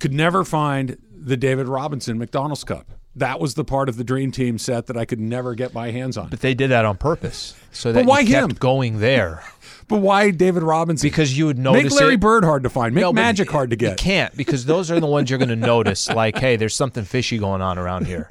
could never find the David Robinson McDonald's cup. That was the part of the Dream Team set that I could never get my hands on. But they did that on purpose. So But that why you kept him? going there. But why David Robinson? Because you would make notice Larry it. Bird hard to find. Make No, but Magic hard to You get. can't because those are the ones you're going to notice. Like, hey, there's something fishy going on around here.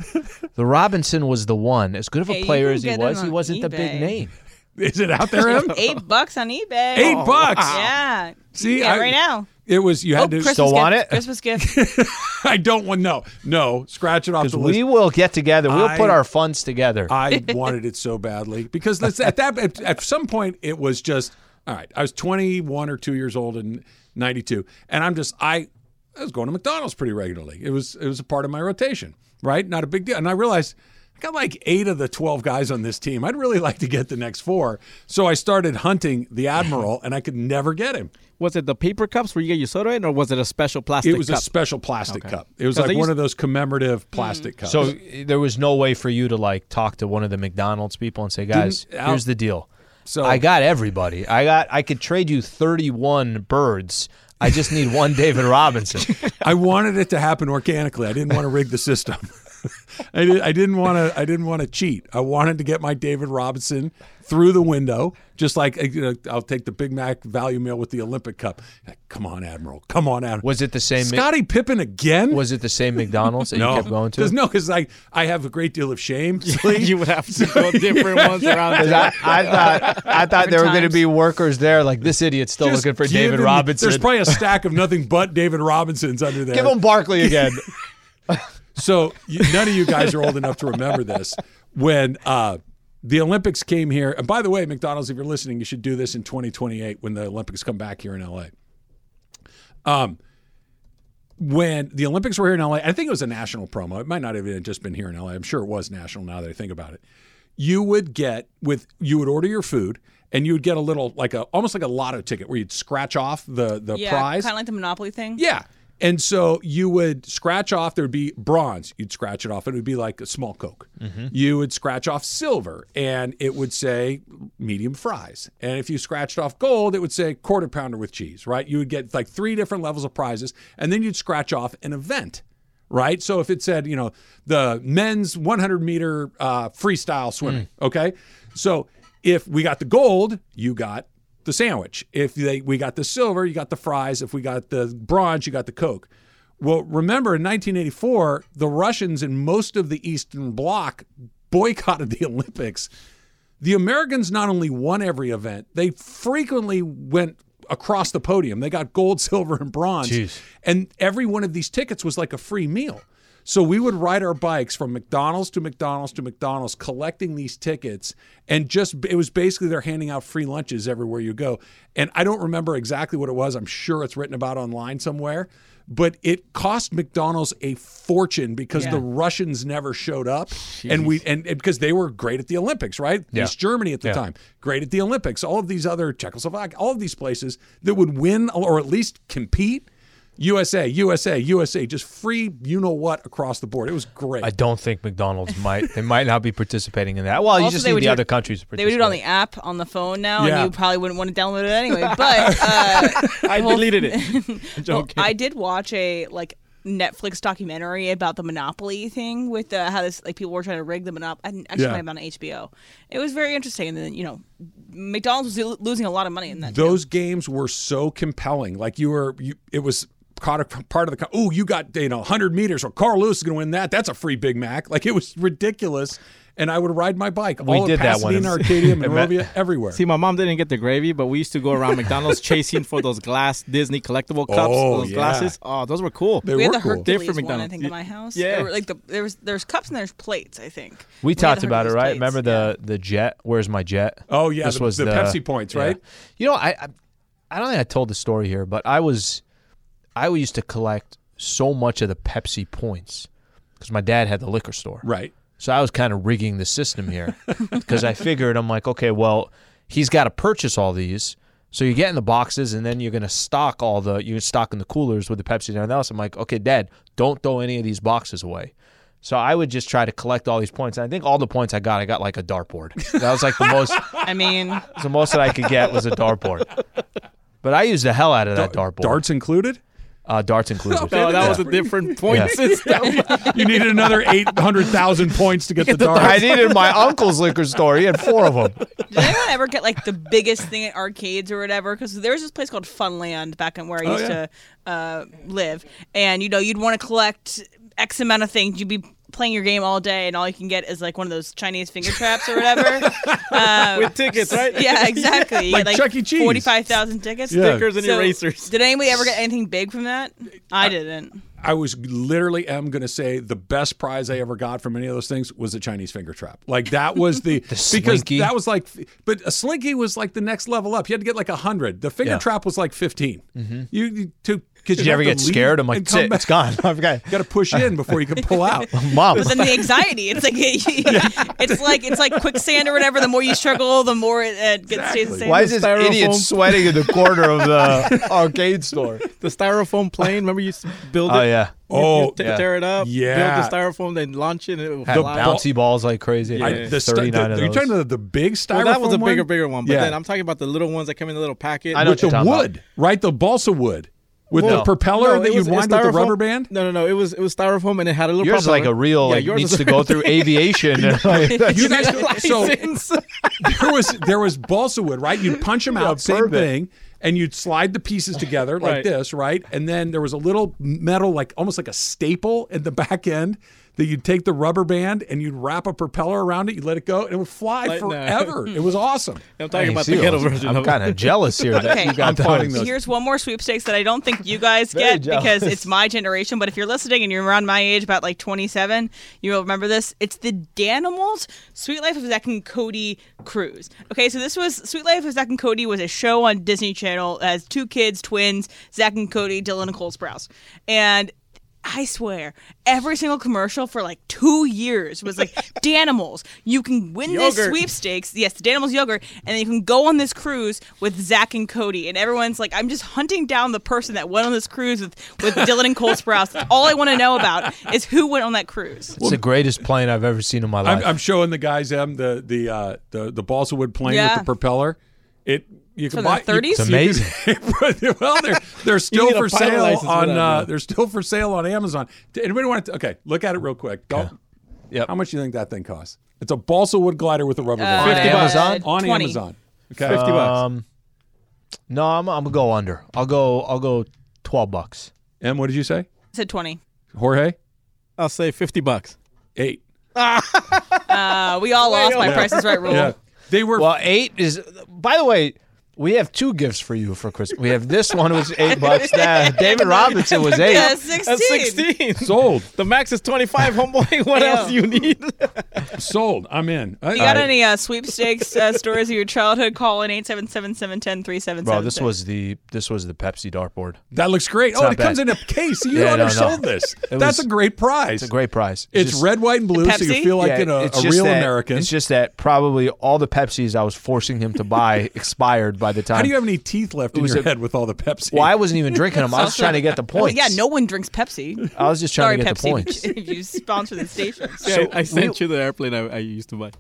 The Robinson was the one. As good of a Hey, you player can as he get was, him he on wasn't the big eBay. name. Is it out there? Em? Eight bucks on eBay. Oh, Eight bucks. Yeah. See, yeah, I- right now. It was you Oh, had to. Christmas Still gift. want it? Christmas gift. I don't want no, no. Scratch it off Because the we list. will get together. We'll put I- Mm. our funds together. I wanted it so badly because let's, at that at, at some point it was just all right. I was 21 or two years old in '92, and I'm just I, I was going to McDonald's pretty regularly. It was it was a part of my rotation, right? Not a big deal. And I realized I got like eight of the 12 guys on this team. I'd really like to get the next four, so I started hunting the admiral, and I could never get him. Was it the paper cups where you get your soda in, or was it a special plastic It was cup? a special plastic cup. It was 'Cause like they one used- of those commemorative plastic cups. so eh, there was no way for you to like talk to one of the McDonald's people and say, guys, Didn't- I'll- here's the deal. So- I got everybody. I got. I could trade you 31 birds. I just need one David Robinson. I wanted it to happen organically. I didn't want to rig the system. I, did, I didn't want to. I didn't want to cheat. I wanted to get my David Robinson through the window, just like uh, you know, I'll take the Big Mac value meal with the Olympic Cup. Come on, Admiral. Come on, Admiral. Was it the same? Mc- Scotty Pippen again? Was it the same McDonald's that no, you kept going to? Because no, because I I have a great deal of shame. Lee. you would have to go different ones around. 'Cause there. I, I thought I thought there were going to be workers there like this idiot's still Just looking for give David him- Robinson. There's probably a stack of nothing but David Robinsons under there. Give him Barkley again. So you, none of you guys are old enough to remember this. When uh, the Olympics came here, and by the way, McDonald's, if you're listening, you should do this in 2028 when the Olympics come back here in LA. Um, when the Olympics were here in LA, I think it was a national promo. It might not have even just been here in LA. I'm sure it was national now that I think about it. You would get with you would order your food and you would get a little like a almost like a lotto ticket where you'd scratch off the the yeah. prize. Kind of like the Monopoly thing. Yeah. And so you would scratch off, there would be bronze. You'd scratch it off. It would be like a small Coke. Mm-hmm. You would scratch off silver and it would say medium fries. And if you scratched off gold, it would say quarter pounder with cheese, right? You would get like three different levels of prizes. And then you'd scratch off an event, right? So if it said, you know, the men's 100 meter uh, freestyle swimming, okay? So if we got the gold, you got the sandwich. If they we got the silver, you got the fries. If we got the bronze, you got the Coke. Well, remember in 1984, the Russians and most of the Eastern Bloc boycotted the Olympics. The Americans not only won every event, they frequently went across the podium. They got gold, silver, and bronze. Jeez. And every one of these tickets was like a free meal. So we would ride our bikes from McDonald's to McDonald's to McDonald's collecting these tickets and just it was basically they're handing out free lunches everywhere you go. And I don't remember exactly what it was. I'm sure it's written about online somewhere, but it cost McDonald's a fortune because the Russians never showed up and we and, and because they were great at the Olympics, right? Yeah. East Germany at the Yeah. time, great at the Olympics. All of these other Czechoslovakia, all of these places that would win or at least compete USA, USA, USA, just free, you know what, across the board. It was great. I don't think McDonald's might. They might not be participating in that. Well, you Also, just they need would the do it- other countries to They would do it on the participate. app on the phone now, Yeah. and you probably wouldn't want to download it anyway. But uh, I deleted it. well, Joking. I did watch a like Netflix documentary about the Monopoly thing with uh, how this like people were trying to rig the Monopoly. Actually, Yeah. yeah. might have been on HBO. It was very interesting, and then you know, McDonald's was lo- losing a lot of money in that. Those games were so compelling. Like you were, you, it was caught a, part of the. Oh, you got you know 100 meters, or Carl Lewis is going to win that. That's a free Big Mac. Like it was ridiculous. And I would ride my bike. We all did of that one. Pasadena, Arcadia, Monrovia, everywhere. See, my mom didn't get the gravy, but we used to go around McDonald's chasing for those glass Disney collectible cups, Oh, those yeah. glasses. Oh, those were cool. They we had were the cool. Hercules Different one, I McDonald's. think, in Y- my house. yeah. There were, like the, there was there's cups and there's plates. I think We, had the talked about it, Hercules right? plates, Remember the the jet? Where's my jet? Oh, yeah, this the- was the the, Pepsi points, right? You know, I I- I don't think I told the story here, but I was I used to collect so much of the Pepsi points because my dad had the liquor store. Right. So I was kind of rigging the system here because I figured I'm like, okay, well, he's got to purchase all these. So you get in the boxes and then you're going to stock all the you're stocking the coolers with the Pepsi and everything else. I'm like, okay, Dad, don't throw any of these boxes away. So I would just try to collect all these points. And I think all the points I got, I got like a dartboard. That was like the most I mean, the most that I could get was a dartboard. But I used the hell out of that dartboard. Darts included? uh, darts included. No, Oh, that was a different point Yeah. system. You needed another 800,000 points to get the darts. I needed my uncle's liquor store. He had four of them. did anyone ever get like the biggest thing at arcades or whatever? Because there was this place called Funland back in where I used yeah. to uh, live, and you know you'd want to collect X amount of things. You'd be playing your game all day, and all you can get is like one of those Chinese finger traps or whatever. um, With tickets, right? yeah, exactly. You Like get, like Chuck E. Cheese. forty-five thousand tickets, Yeah. Stickers and erasers. Did anybody ever get anything big from that? I didn't. I was literally am going to say the best prize I ever got from any of those things was a Chinese finger trap. Like that was the, because slinky. that was like, but a slinky was like the next level up. You had to get like a hundred. The finger Yeah. Mm-hmm. trap was like fifteen. You, you to because Did you ever get scared? I'm like, "That's it, it's gone. I've got Got to push in before you can pull out. mom. But then the anxiety, it's like it's like it's like quicksand or whatever. The more you struggle, the more it uh, gets stays the same. Why is this Styrofoam. idiot sweating in the corner of the arcade store? The styrofoam plane. Remember you used to build it? Oh yeah, You- you Oh, te- yeah. tear it up. Yeah. Build the styrofoam, then launch it. And it would had fly. bou- bouncy balls like crazy. I- the stu- 39 the- of You're those. talking about the big styrofoam Well, that was a bigger, one? bigger one. But Yeah. then I'm talking about the little ones that come in the little packet. I know with what you're the talking about. wood, right? The balsa wood with Well, the propeller no, that it you was- it was wind with the styrofoam. rubber band. No, no, no. It was it was styrofoam and it had a little. Yours is like propeller. a real like yours needs is to go through aviation. and, like, You guys, so license. there was there was balsa wood, right? You'd punch them out, same perfect. thing, and you'd slide the pieces together like Right. this, right? And then there was a little metal, like almost like a staple at the back end that you'd take the rubber band and you'd wrap a propeller around it, you let it go, and it would fly Like, no. forever. it was awesome. I'm I talking ain't about see the ghetto those. version I'm of kind it. of jealous here that Okay. you got I'm finding those. those. Here's one more sweepstakes that I don't think you guys Very get because jealous. it's my generation. But if you're listening and you're around my age, about like 27, you'll remember this. It's the Danimals Sweet Life of Zack and Cody Cruise. Okay, so this was Sweet Life of Zack and Cody was a show on Disney Channel as two kids, twins, Zack and Cody, Dylan and Cole Sprouse, and I swear, every single commercial for like two years was like Danimals. You can win this Yogurt. sweepstakes. Yes, the Danimals yogurt, and you can go on this cruise with Zach and Cody. And everyone's like, I'm just hunting down the person that went on this cruise with, with Dylan and Cole Sprouse. All I want to know about is who went on that cruise. It's the greatest plane I've ever seen in my life. I'm, I'm showing the guys them the the uh, the the balsa wood plane Yeah. with the propeller. It you From can the buy 30s? you- It's you can- well, they're they're still need a for pilot sale license for on that, uh, though. they're still for sale on Amazon. D- Anybody want to? Okay, look at it real quick. Don't. Yep. How much do you think that thing costs? It's a balsa wood glider with a rubber Uh, band on 50 bucks. Amazon. on 20. Amazon. Okay. Uh, Fifty bucks. Um, no, I'm, I'm gonna go under. I'll go. I'll go twelve bucks. M, what did you say? I said 20. Jorge, I'll say fifty bucks. eight. Uh, we all lost my Price is Right rule. Yeah, they were. Well, eight is. By the way, we have two gifts for you for Christmas. We have this one was eight bucks. Nah, David Robinson was eight. Yeah, That's 16. sixteen. Sold, The max is twenty five. Homeboy, what Ew. else do you need? sold. I'm in. I, You got I- any uh, sweepstakes uh, stories of your childhood? Call in 877 710 3776. Bro, this was the this was the Pepsi dartboard. That looks great. oh, not it comes bad. in a case. You Yeah, no, no. undersold this. It That's was- a great prize. It's a great prize. It's just- red, white, and blue, so you Pepsi? feel like yeah, you know, it's a just real that- American. It's just that probably all the Pepsis I was forcing him to buy expired by the time. How do you have any teeth left in was your a- head with all the Pepsi? well, I wasn't even drinking them. I was trying to get the Oh, points. yeah, no one drinks Pepsi. I was just Sorry, trying to get Pepsi. the points. if you sponsor the station. Yeah, I, I sent you the airplane I, I used to buy.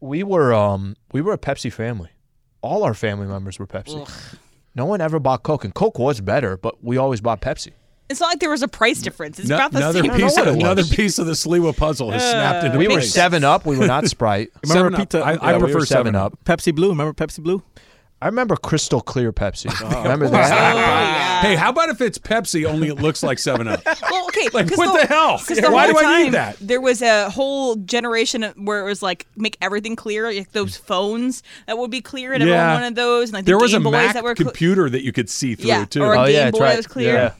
We were um we were a Pepsi family. All our family members were Pepsi. No one ever bought Coke, and Coke was better, but we always bought Pepsi. It's not like there was a price difference. It's No- about the another same. piece, what it was. another piece of the Sliwa puzzle has Uh, snapped into We were place. Seven Up. We were not Sprite. Remember Seven Up. pizza? I, I Yeah, we prefer were seven up. Pepsi Blue. Remember Pepsi Blue? I remember crystal clear Pepsi. remember that? Oh, Hey, how about if it's Pepsi? Only it looks like Seven Up. Well, okay. Like, 'cause what the hell? 'cause the Why whole do I need time, that? There was a whole generation where it was like make everything clear, like those phones that would be clear, and Yeah. everyone wanted those, and like the there Game was a Boys Mac that were cl- computer that you could see through Yeah, too. or a Oh, Game yeah, that's Boy right. was clear. Yeah.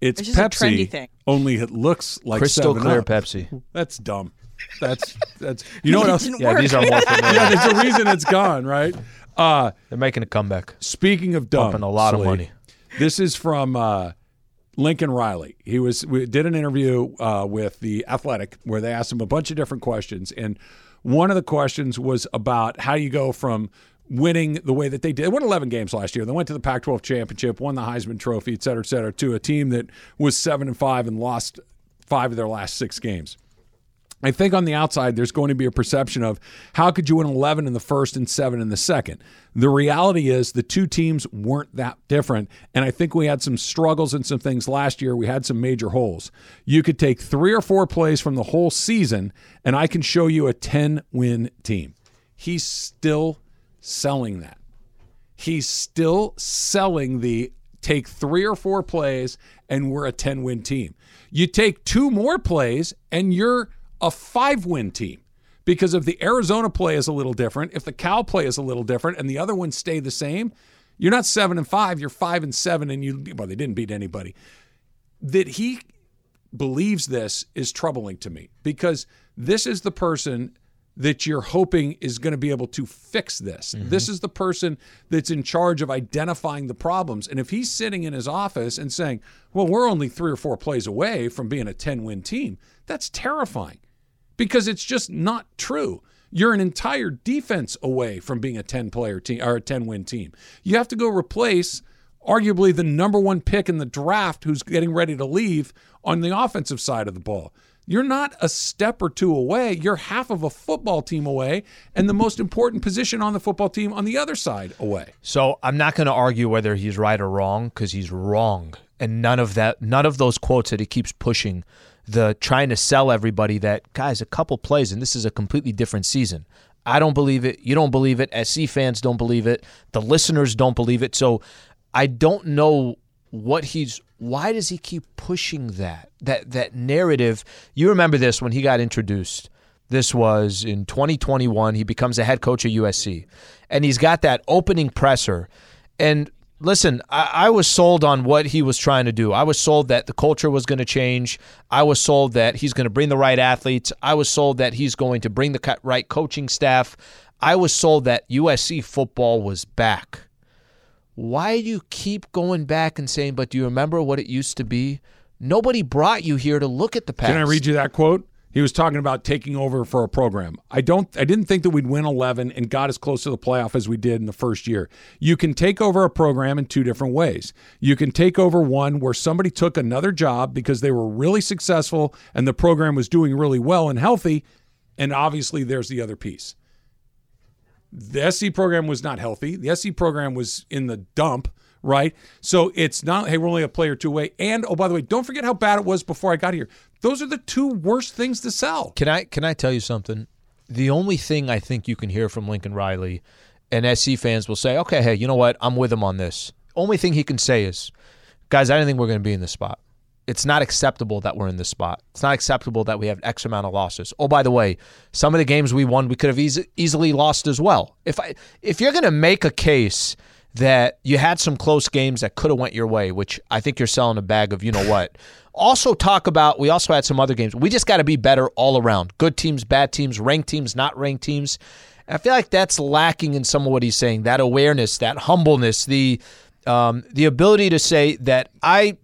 it's it's just a Pepsi. trendy thing. Only it looks like Crystal 7 clear up. Pepsi. That's dumb. That's that's. You know what It else? didn't Yeah, work. these are more familiar. Yeah, there's a reason it's gone, right? Uh, They're making a comeback. Speaking of dumb, Pumping a lot of Slade, money. This is from uh, Lincoln Riley. He was we did an interview uh, with the Athletic where they asked him a bunch of different questions, and one of the questions was about how you go from winning the way that they did. They won 11 games last year. They went to the Pac-12 championship, won the Heisman Trophy, et cetera, et cetera, to a team that was seven and five and lost five of their last six games. I think on the outside, there's going to be a perception of how could you win 11 in the first and seven in the second? The reality is the two teams weren't that different. And I think we had some struggles and some things last year. We had some major holes. You could take three or four plays from the whole season, and I can show you a 10 win team. He's still selling that he's still selling the take three or four plays and we're a 10 win team. You take two more plays and you're a five win team because if the Arizona play is a little different, if the Cal play is a little different, and the other ones stay the same, you're not seven and five, you're five and seven, and you, well, they didn't beat anybody. That he believes this is troubling to me because this is the person that you're hoping is going to be able to fix this. This is the person that's in charge of identifying the problems. And if he's sitting in his office and saying, well, we're only three or four plays away from being a 10 win team, that's terrifying because it's just not true. You're an entire defense away from being a 10 player team or a 10 win team. You have to go replace arguably the number one pick in the draft who's getting ready to leave on the offensive side of the ball. You're not a step or two away. You're half of a football team away and the most important position on the football team on the other side away. So I'm not going to argue whether he's right or wrong because he's wrong, and none of that, none of those quotes that he keeps pushing, the trying to sell everybody that guys a couple plays and this is a completely different season. I don't believe it. You don't believe it. SC fans don't believe it. The listeners don't believe it. So I don't know what he's. Why does he keep pushing that that that narrative? You remember this when he got introduced. This was in 2021. He becomes the head coach at USC, and he's got that opening presser. And listen, I, I was sold on what he was trying to do. I was sold that the culture was going to change. I was sold that he's going to bring the right athletes. I was sold that he's going to bring the co- right coaching staff. I was sold that USC football was back why do you keep going back and saying, but do you remember what it used to be? Nobody brought you here to look at the past. Can I read you that quote? He was talking about taking over for a program. I don't I didn't think that we'd win 11 and got as close to the playoff as we did in the first year. You can take over a program in two different ways. You can take over one where somebody took another job because they were really successful and the program was doing really well and healthy, and obviously there's the other piece the SC program was not healthy. The SC program was in the dump, right? So it's not, hey, we're only a player two away. And oh, by the way, don't forget how bad it was before I got here. Those are the two worst things to sell. Can I can I tell you something? The only thing I think you can hear from Lincoln Riley, and SC fans will say, "Okay, hey, you know what? I'm with him on this." Only thing he can say is, "Guys, I didn't think we are going to be in this spot. It's not acceptable that we're in this spot. It's not acceptable that we have X amount of losses. Oh, by the way, some of the games we won, we could have eas- easily lost as well. If I if you're going to make a case." That you had some close games that could have went your way, which I think you're selling a bag of you know what. Also, talk about we also had some other games. We just got to be better all around. Good teams, bad teams, ranked teams, not ranked teams. And I feel like that's lacking in some of what he's saying. That awareness, that humbleness, the um, the ability to say that I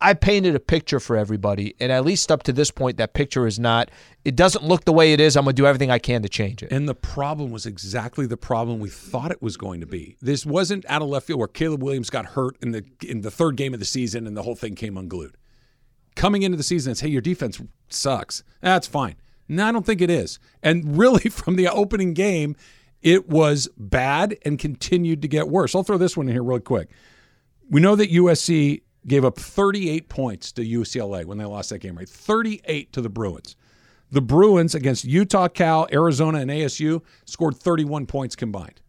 I painted a picture for everybody, and at least up to this point, that picture is not. It doesn't look the way it is. I'm gonna do everything I can to change it. And the problem was exactly the problem we thought it was going to be. This wasn't out of left field where Caleb Williams got hurt in the in the third game of the season and the whole thing came unglued. Coming into the season, it's hey, your defense sucks. That's fine. No, I don't think it is. And really, from the opening game, it was bad and continued to get worse. I'll throw this one in here real quick. We know that USC gave up 38 points to UCLA when they lost that game, right? 38 to the Bruins. The Bruins against Utah, Cal, Arizona, and ASU scored 31 points combined.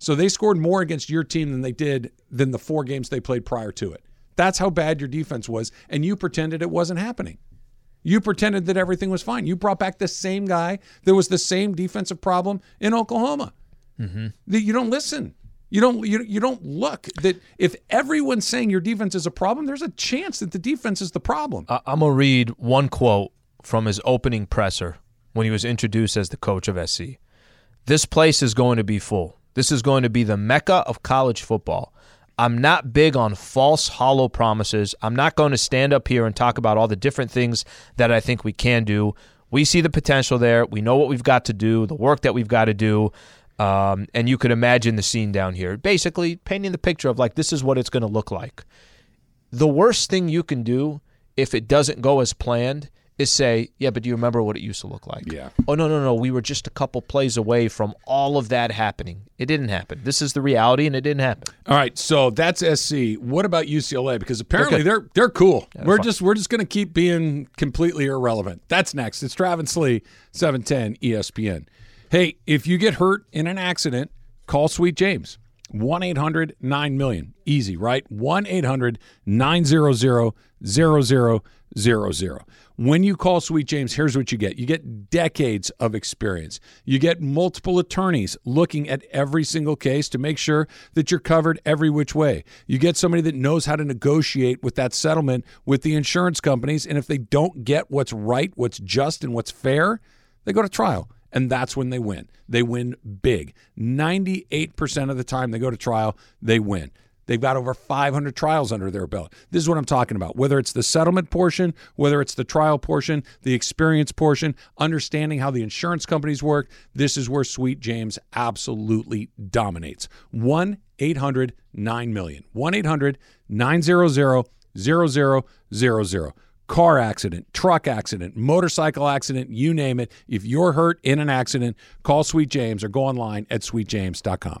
So they scored more against your team than they did than the four games they played prior to it. That's how bad your defense was, and you pretended it wasn't happening. You pretended that everything was fine. You brought back the same guy. There was the same defensive problem in Oklahoma Mm-hmm. that you don't listen. You don't you, you don't look that if everyone's saying your defense is a problem, there's a chance that the defense is the problem. I- I'm going to read one quote from his opening presser when he was introduced as the coach of SC. This place is going to be full. This is going to be the mecca of college football. I'm not big on false, hollow promises. I'm not going to stand up here and talk about all the different things that I think we can do. We see the potential there. We know what we've got to do, the work that we've got to do. Um, and you could imagine the scene down here. Basically, painting the picture of like, this is what it's going to look like. The worst thing you can do if it doesn't go as planned is say, yeah, but do you remember what it used to look like? Yeah. Oh, no, no, no. We were just a couple plays away from all of that happening. It didn't happen. This is the reality, and it didn't happen. All right, so that's SC. What about UCLA? Because apparently they're they're cool. we're just we're just gonna keep being completely irrelevant. That's next. It's Travis Lee, seven ten E ESPN. Hey, if you get hurt in an accident, call Sweet James. 1 800 9 million. Easy, right? 1 800 900 0000. When you call Sweet James, here's what you get you get decades of experience. You get multiple attorneys looking at every single case to make sure that you're covered every which way. You get somebody that knows how to negotiate with that settlement with the insurance companies. And if they don't get what's right, what's just, and what's fair, they go to trial. And that's when they win. They win big. 98% of the time they go to trial, they win. They've got over 500 trials under their belt. This is what I'm talking about. Whether it's the settlement portion, whether it's the trial portion, the experience portion, understanding how the insurance companies work, this is where Sweet James absolutely dominates. 1 800 9 million. 1 800 900 0000. Car accident, truck accident, motorcycle accident, you name it. If you're hurt in an accident, call Sweet James or go online at sweetjames.com.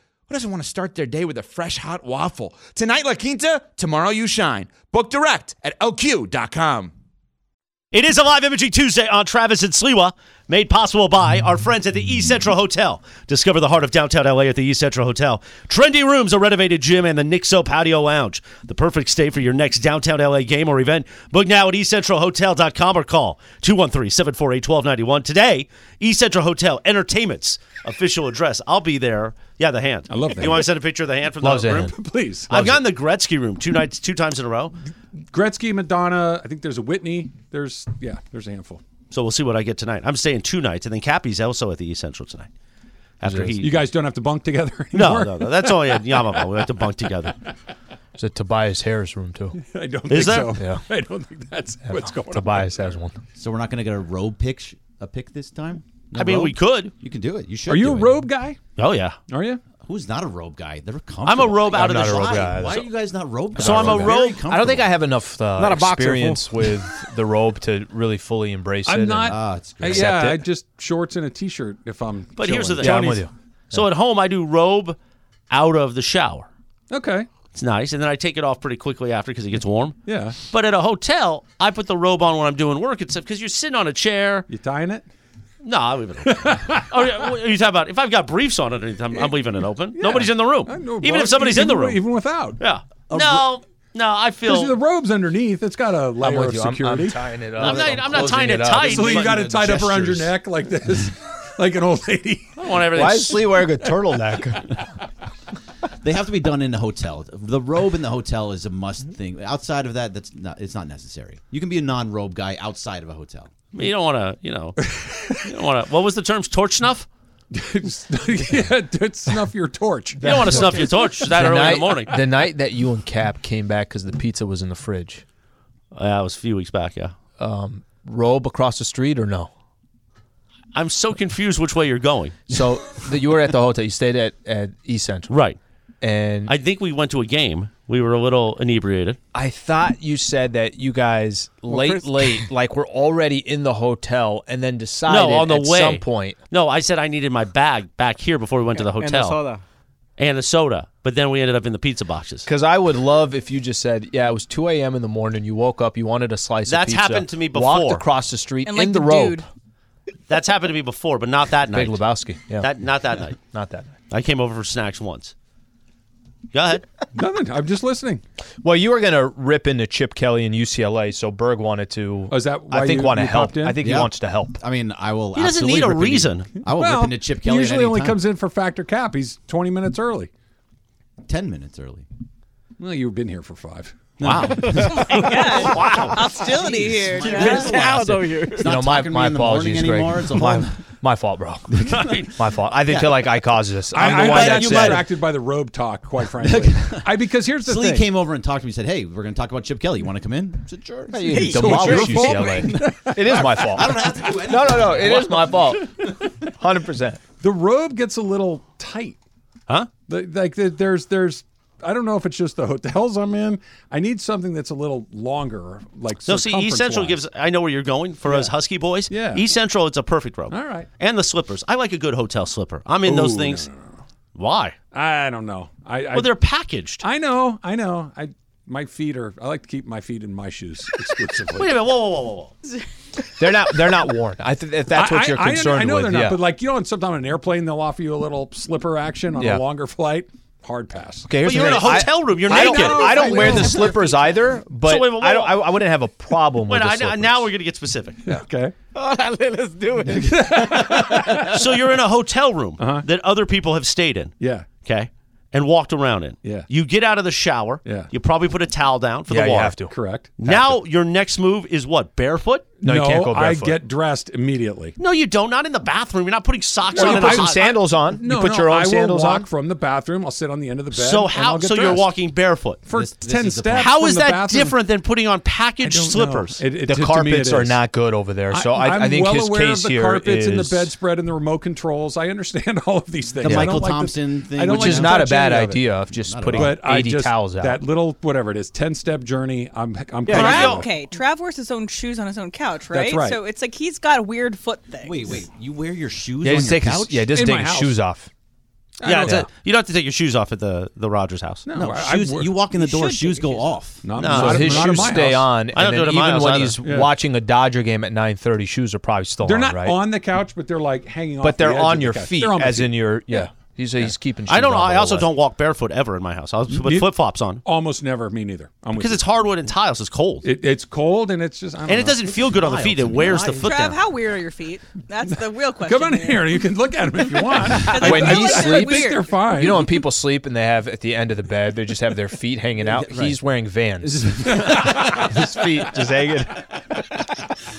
who doesn't want to start their day with a fresh hot waffle? Tonight, La Quinta, tomorrow, you shine. Book direct at lq.com. It is a live imaging Tuesday on Travis and Sliwa, made possible by our friends at the East Central Hotel. Discover the heart of downtown LA at the East Central Hotel. Trendy rooms, a renovated gym, and the Nixo Patio Lounge. The perfect stay for your next downtown LA game or event. Book now at eastcentralhotel.com or call 213 748 1291. Today, East Central Hotel Entertainment's official address. I'll be there. Yeah, the hand. I love that. You want me to send a picture of the hand from Loves the that room? hand. Please. I've gotten the Gretzky room two nights, two times in a row. Gretzky, Madonna. I think there's a Whitney. There's yeah, there's a handful. So we'll see what I get tonight. I'm staying two nights, and then Cappy's also at the East Central tonight. After he, You guys don't have to bunk together no, anymore. no, no, that's only at Yamaha. We have to bunk together. It's a Tobias Harris room too. I don't Is there? think so. Yeah. I don't think that's what's going on. Tobias has one. So we're not going to get a robe pick sh- a pick this time. No I mean, robe? we could. You can do it. You should. Are you do a it. robe guy? Oh yeah. Are you? Who's not a robe guy? They're comfortable. I'm a robe out I'm of not the a robe line. guy. Why So- are you guys not robe? guys? So I'm a Very robe- I don't think I comfortable. have enough uh, Not a boxer, fool. experience with the robe to really fully embrace it. I'm and- not. Ah, it's great. I- Accept Uh, yeah, it. I just shorts and a t-shirt if I'm. But here's the chilling. thing. Yeah, I'm with you. So at home, I do robe out of the shower. Okay. It's nice, and then I take it off pretty quickly after because it gets warm. Yeah. But at a hotel, I put the robe on when I'm doing work and stuff because you're sitting on a chair. You tying it? No, I'm leaving it open. oh, yeah, what are you talking about? If I've got briefs on underneath, I'm, I'm leaving it open. Nobody's in the room. I know, even bro. if somebody's in the Even- room. even without. yeah. No, no, I Because the feel. robe's underneath. It's got a I'm layer with of you. I'm- security. I'm, tying it up. I'm not- I'm not closing tying it up. tight, so you but- got it tied up around your Gestures. neck like this, like an old lady. I want everything. Why is Slee wearing a turtleneck? They have to be done in a hotel. The robe in the hotel is a must thing. Outside of that, that's not. It's not necessary. You can be a non-robe guy outside of a hotel. You don't want to, you know, you don't want to. What was the term? Torch snuff? yeah, dude, snuff your torch. You don't want to snuff your torch that early in the morning. the night that you and Cap came back because the pizza was in the fridge. Yeah, it Uh, was a few weeks back. Yeah, Uh, Um, Robe across the street or no? I'm so confused which way you're going. So that you were at the hotel. You stayed at at East Central, Right. And I think we went to a game We were a little inebriated. I thought you said that you guys Well, late, Chris- late, like we're already in the hotel, and then decided no, on the at way. some point. No, I said I needed my bag back here before we went to the And hotel. the soda. And a soda. But then we ended up in the pizza boxes. Because I would love if you just said, "Yeah, it was 2 a.m. in the morning. You woke up. You wanted a slice That's of pizza. happened to me Walked before. across the street And, in like, the, the rope. dude. That's happened to me before, but not that night. Big Lebowski. Yeah. That not that night. not that night. I came over for snacks once. Go ahead. Nothing. I'm just listening. Well, you were gonna rip into Chip Kelly and UCLA, so Berg wanted to. is that? I why think you- want to you help. popped in? I think Yeah. he wants to help. I mean, I will. He doesn't need absolutely rip a into- reason. I will Well, rip into Chip Kelly. He at usually any only time. comes in for factor cap. He's 20 minutes early. 10 minutes early. Well, you've been here for five. Wow. Oh wow. Hostility here. guys. You know, my, my apologies, Greg. my, my fault, bro. my fault. I think Yeah. like I caused this. I, I'm I the one got that said. distracted by the robe talk, quite frankly. I because here's the Slee thing. came over and talked to me. and Said, "Hey, we're going to talk about Chip Kelly. You want to come in?" I said, "Sure." Hey, you Hey, so demolish it's your fault, UCLA. man. It is my fault. I don't have to do anything. No, no, no. It is my fault. Hundred percent. The robe gets a little tight, huh? Like the, there's there's I don't know if it's just the hotels I'm in. I need something that's a little longer, like No, see, East Central circumference-wise. gives. I know where you're going for us Husky boys. Yeah. East Central, it's a perfect robe. All right. And the slippers. I like a good hotel slipper. I'm in Ooh, those no, things. Why? I don't know. I, I Well, they're packaged. I know, I know. I my feet are. I like to keep my feet in my shoes exclusively. Wait a minute. Whoa, whoa, whoa, whoa, whoa. They're not. They're not worn. I think if that's what I- you're I- I, concerned I know with. they're not, yeah. but like you know, on sometimes on an airplane they'll offer you a little slipper action on a Yeah. longer flight. Hard pass. Okay, here's the thing. I- I I don't- know, I don't I wear the know. slippers either, but So wait, wait, I, don't, I, I wouldn't have a problem Wait, with the I, slippers. now we're going to get specific. Okay. Let's do it. so you're in a hotel room that other people have stayed in. Uh-huh. Yeah. Okay. And walked around in. Yeah. You get out of the shower. Yeah. You probably put a towel down for Yeah, the you water. have to. Correct. Now your next move is what? Barefoot? I get dressed immediately. No, you don't. Not in the bathroom. You're not putting socks Well, on. you in the put some hot- sandals on. No, no, I will walk from the bathroom. I'll sit on the end of the bed. So and how? I'll get So you're dressed. walking barefoot For This- this 10 is the steps How from is the that bathroom. different than putting on packaged slippers? It- it- to- the to me, carpets it are is. not good over there, so I, I'm I think well his aware case of the here carpets and the is- bedspread and the remote controls. I understand all of these things. The I Michael don't like Thompson this, thing, I don't which like is to not a touch bad any of it. idea of just Not at putting all. but I 80 just- towels out. That little whatever it is, ten step journey. I'm I'm Trav- comfortable. okay, Trav wears his own shoes on his own couch, right? That's right. So it's like he's got a weird foot thing. Wait, wait. You wear your shoes Yeah, on just your take his- couch? yeah, just In take my his house. shoes off. I Yeah, don't it's a- know. you don't have to take your shoes off at the the Rogers house. No, shoes, you walk in the door, shoes go off. Not, so his shoes stay on, I don't and go then to even my house when either. he's Yeah. watching a Dodger game at 9:30, shoes are probably still They're on, not right? on the couch, but they're like hanging off. but the they're edge of on the your couch. feet, They're on my as feet. in your yeah. He's he's keeping. Shoes I don't. on I the also way. don't walk barefoot ever in my house. I'll put You- flip flops on Almost never. Me neither. I'm with because you. it's hardwood and tiles. It's cold. It, it's cold and it's just I don't And it know. doesn't feel good on the feet. It wears the foot Trav, down. how weird are your feet? That's the real question. Come on here. You can look at them if you want. when I he think sleeps, they're fine. You know, when people sleep and they have at the end of the bed, they just have their feet hanging out. Yeah, right. He's wearing Vans. His feet just hanging.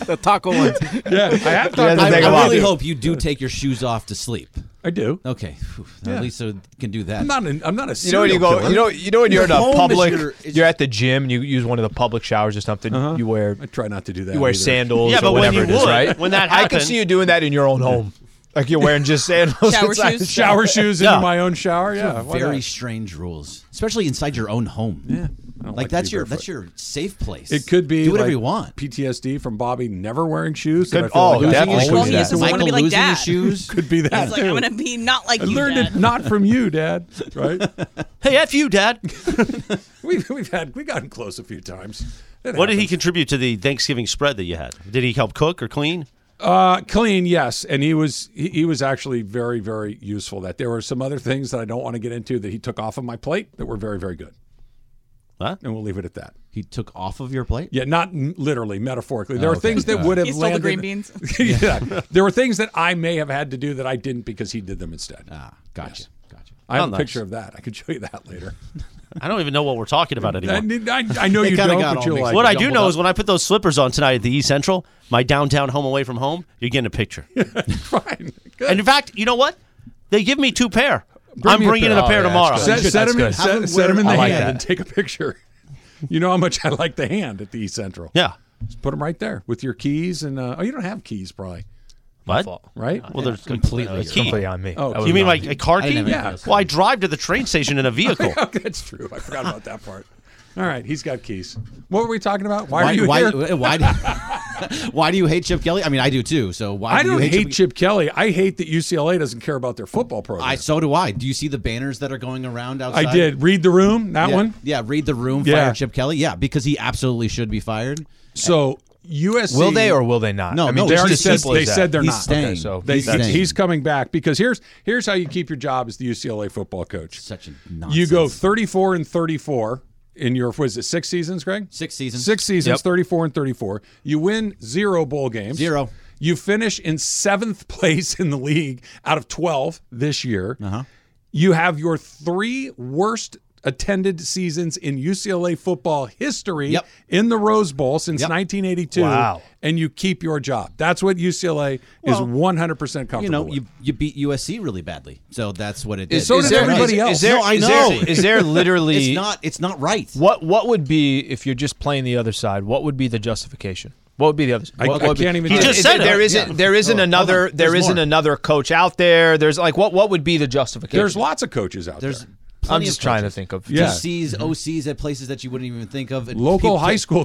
The taco ones. Uh, Yeah, I have I, taco ones. I really hope you do take your shoes off to sleep. I do. Okay, phew, Yeah. at least so can do that. I'm not. An, I'm not a. You know when you serial go, killer. you know, you know when Your you're in a home is public, your- you're at the gym, and you use one of the public showers or something. You wear. I Uh-huh. try not to do that. You wear either. sandals. Yeah, or but when whatever you it is, would, right? when that I can happened- see you doing that in your own home, like you're wearing just sandals. Shower inside shoes? the Shower shoes Yeah. into my own shower. Those are Yeah, why very not? strange rules, especially inside your own home. Yeah, like, like to that's be your barefoot. that's your safe place. It could be do whatever like you want. PTSD from Bobby never wearing shoes. that Could- I feel oh, like I definitely always could be wanted that. to Michael wear. losing his shoes. Could be that. He's like, too. I'm gonna be not like I you, learned Dad. it not from you, Dad. Right? hey, f you, Dad. we've we've had we've gotten close a few times. It What did he happens. contribute to the Thanksgiving spread that you had? Did he help cook or clean? Uh, clean, yes, and he was he, he was actually very very useful. That there were some other things that I don't want to get into that he took off of my plate that were very very good. Huh? And we'll leave it at that. He took off of your plate. Yeah, not n- literally, metaphorically. There Oh, are okay. things that Got it. would have He stole the landed. green beans. yeah, there were things that I may have had to do that I didn't because he did them instead. Ah, gotcha, gotcha. I have Oh, a nice. picture of that. I could show you that later. I don't even know what we're talking about anymore. I, need- I, I know They you kinda don't, got but all you'll mixed like what it. I do know is when I put those slippers on tonight at the East Central, my downtown home away from home, you're getting a picture. And in fact, you know what? They give me two pair. I'm me bringing in a pair Oh, yeah, tomorrow. that's good. Set, set 'em in, Have set, them set 'em in the wear- I like hand that. and take a picture. You know how much I like the hand at the East Central. Yeah. Just put them right there with your keys and uh, oh, you don't have keys probably. What? fault. Right? Well, Yeah. there's Completely- a key. completely on me. That Oh, was you mean on like me. a car I didn't key? have anything else. Well, I drive to the train station in a vehicle. That's true. I forgot about that part. All right, he's got keys. What were we talking about? Why, why are you why, here? Why do, why do you hate Chip Kelly? I mean, I do too. So why I do you don't hate, hate Chip Kelly. I hate that UCLA doesn't care about their football program. I so do I. Do you see the banners that are going around outside? I did. Read the room, that yeah. one. Yeah, read the room. Yeah. Fire Chip Kelly. Yeah, because he absolutely should be fired. So USC Will they or will they not? No, I mean, no. they it's already just said- simple they as that. said they're he's not. Staying. Okay, so they, he's staying. he's coming back because here's here's how you keep your job as the UCLA football coach. Such a You go 34 and 34 in your was it six seasons, Greg? Six seasons. Six seasons, Yep. 34 and 34. You win zero bowl games. Zero. You finish in seventh place in the league out of 12 this year. Uh-huh. You have your three worst attended seasons in UCLA football history Yep. in the Rose Bowl since Yep. 1982. Wow. And you keep your job. That's what UCLA Well, is 100% comfortable you know, with. you you beat USC really badly, so that's what it Is- did. so Is did there- everybody is- else. is there- no, I is know. there- is there literally- It's not. It's not right. What What would be if you're just playing the other side? What would be the justification? What would be the other? I- what I would be- can't even He tell just you. said it. there isn't Yeah. there isn't Hold on. another There's there isn't more. another coach out there. There's like what what would be the justification? There's lots of coaches out There's there. Mm-hmm. I'm just trying to think of DCs, OCs at places that you wouldn't even think of. and Local people- high school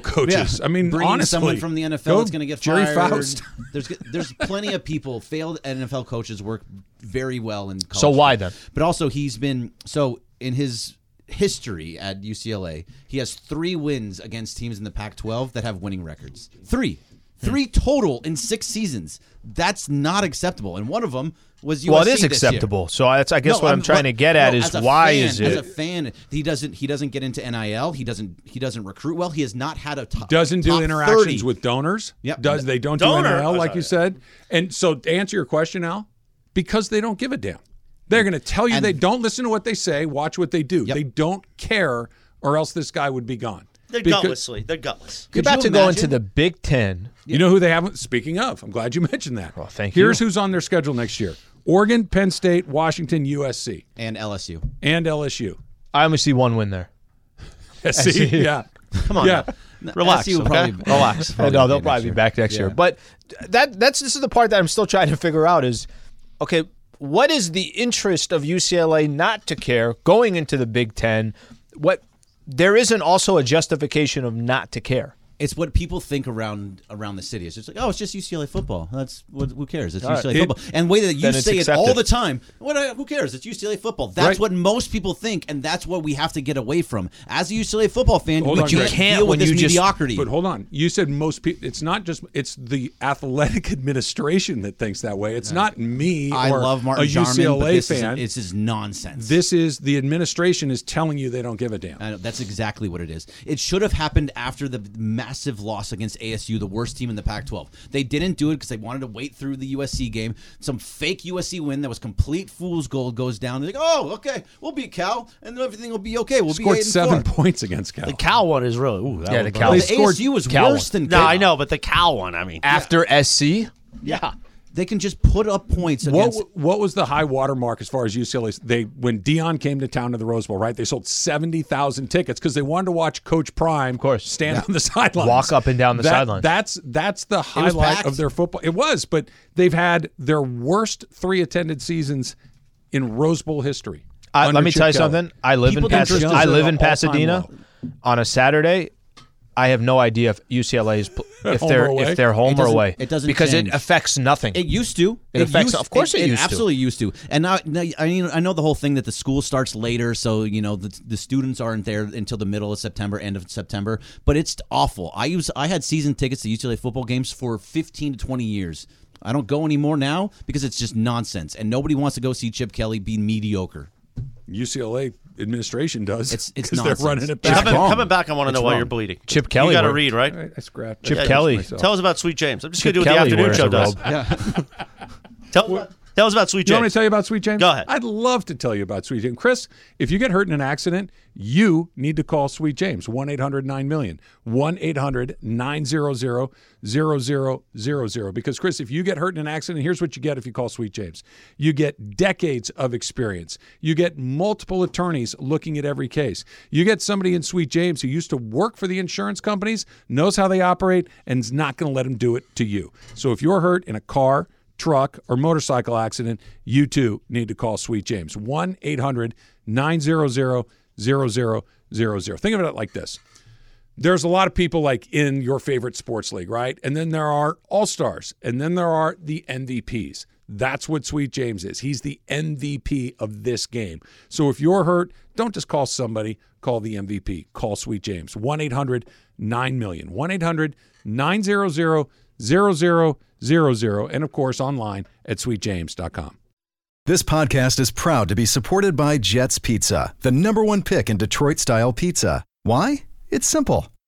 coaches. Yeah. I mean, Bringing honestly, someone from the NFL go that's going to get Jerry fired. Faust. There's there's plenty of people failed NFL coaches work very well in. College So why football. then? But also he's been so in his history at UCLA, he has three wins against teams in the Pac-12 that have winning records. Three. Three Hmm. total in six seasons. That's not acceptable. And one of them was USC Well, it is this year. acceptable. So I, I guess No, what I'm, trying to get at no, is as a why fan- is as it? a fan he doesn't he doesn't get into NIL he doesn't he doesn't recruit well he has not had a top doesn't do top interactions 30. with donors. Yep. Does they don't Donor. do NIL like Oh, you said. And so to answer your question, Al, because they don't give a damn. They're going to tell you they don't listen to what they say, watch what they do. They don't care, or else this guy would be gone. They're Because- gutlessly. They're gutless. You're about to go into the Big Ten. You know who they have? Speaking of, I'm glad you mentioned that. Well, thank Here's you. who's on their schedule next year: Oregon, Penn State, Washington, USC, and LSU, and LSU. I only see one win there. SC, yeah. Come on. Yeah. now. Relax. SC will okay? probably- Relax. probably no, be they'll next probably be year. back next year. But that that's this is the part that I'm still trying to figure out is okay, what is the interest of UCLA not to care going into the Big 10? What there isn't also a justification of not to care. it's what people think around around the city. It's just like, oh, it's just UCLA football. That's what, who cares? It's All right. UCLA It- football. And the way that you Then it's say it all accepted. the time, what? uh, Who cares? It's UCLA football. That's Right. what most people think, and that's what we have to get away from as a UCLA football fan. Hold but on, you Greg. can't deal with this mediocrity. But hold on, you said most people. It's not just. It's the athletic administration that thinks that way. It's not me. I or love Martin a Jarman, UCLA but this is, fan. this is nonsense. this is the administration is telling you they don't give a damn. I know, that's exactly what it is. It should have happened after the massive loss against ASU, the worst team in the Pac 12. They didn't do it because they wanted to wait through the USC game. Some fake USC win that was complete fool's gold goes down. They're like, oh, okay, we'll beat Cal, and then everything will be okay. We'll Scored be eight seven and four. points against Cal. The cow one is really. Ooh, that Yeah, was the bad. cow They one. scored- ASU was Cal worse won. than No, Cal. I know, but the cow one. I mean, After SC? yeah. They can just put up points What, against. w- what was the high water mark as far as UCLA? 's- They when Dion came to town to the Rose Bowl, right? They sold seventy thousand tickets because they wanted to watch Coach Prime, of course, stand on the sidelines, Walk up and down the That- sidelines. That's that's the was highlight packed. of their football. It was, but they've had their worst three attended seasons in Rose Bowl history. I, under let me Chip tell you Kelly. something. I live People in Pasad- interest I is at live an in all-time Pasadena low. on a Saturday. I have no idea if UCLA is pl- if Home they're or away? if they're It home or doesn't- away. it doesn't because change. it affects nothing. It used to. It affects- used- of course it used to. Absolutely used to. And now, now I mean, I know the whole thing that the school starts later, so you know the, the students aren't there until the middle of September, end of September. But it's awful. I use I had season tickets to UCLA football games for fifteen to twenty years. I don't go anymore now because it's just nonsense, and nobody wants to go see Chip Kelly be mediocre. UCLA administration does. It's- it's 'cause they're nonsense. running it It's back. Coming, wrong. coming back, I want to know It's why wrong. you're bleeding. Chip Kelly You got to worked- read, right? All right, I scrapped. Chip I Yeah, Kelly. myself. Tell us about Sweet James. I'm just Chip going to do what the Kelly afternoon wears show a does. robe. Tell, tell us about Sweet Do you want me James. to tell you about Sweet James? Go ahead. I'd love to tell you about Sweet James. Chris, if you get hurt in an accident, you need to call Sweet James, 1 800 9 million, 1 800 900 0000. Because, Chris, if you get hurt in an accident, here's what you get if you call Sweet James you get decades of experience, you get multiple attorneys looking at every case, you get somebody in Sweet James who used to work for the insurance companies, knows how they operate, and is not going to let them do it to you. So if you're hurt in a car, truck, or motorcycle accident, you too need to call Sweet James. 1 800 900 0000. Think of it like this there's a lot of people like in your favorite sports league, right? And then there are all stars, and then there are the MVPs. That's what Sweet James is. He's the MVP of this game. So if you're hurt, don't just call somebody, call the MVP. Call Sweet James. 1 800 9 million. 1 800 900 0000. And of course, online at sweetjames.com. This podcast is proud to be supported by Jets Pizza, the number one pick in Detroit style pizza. Why? It's simple.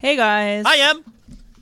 Hey guys. I am.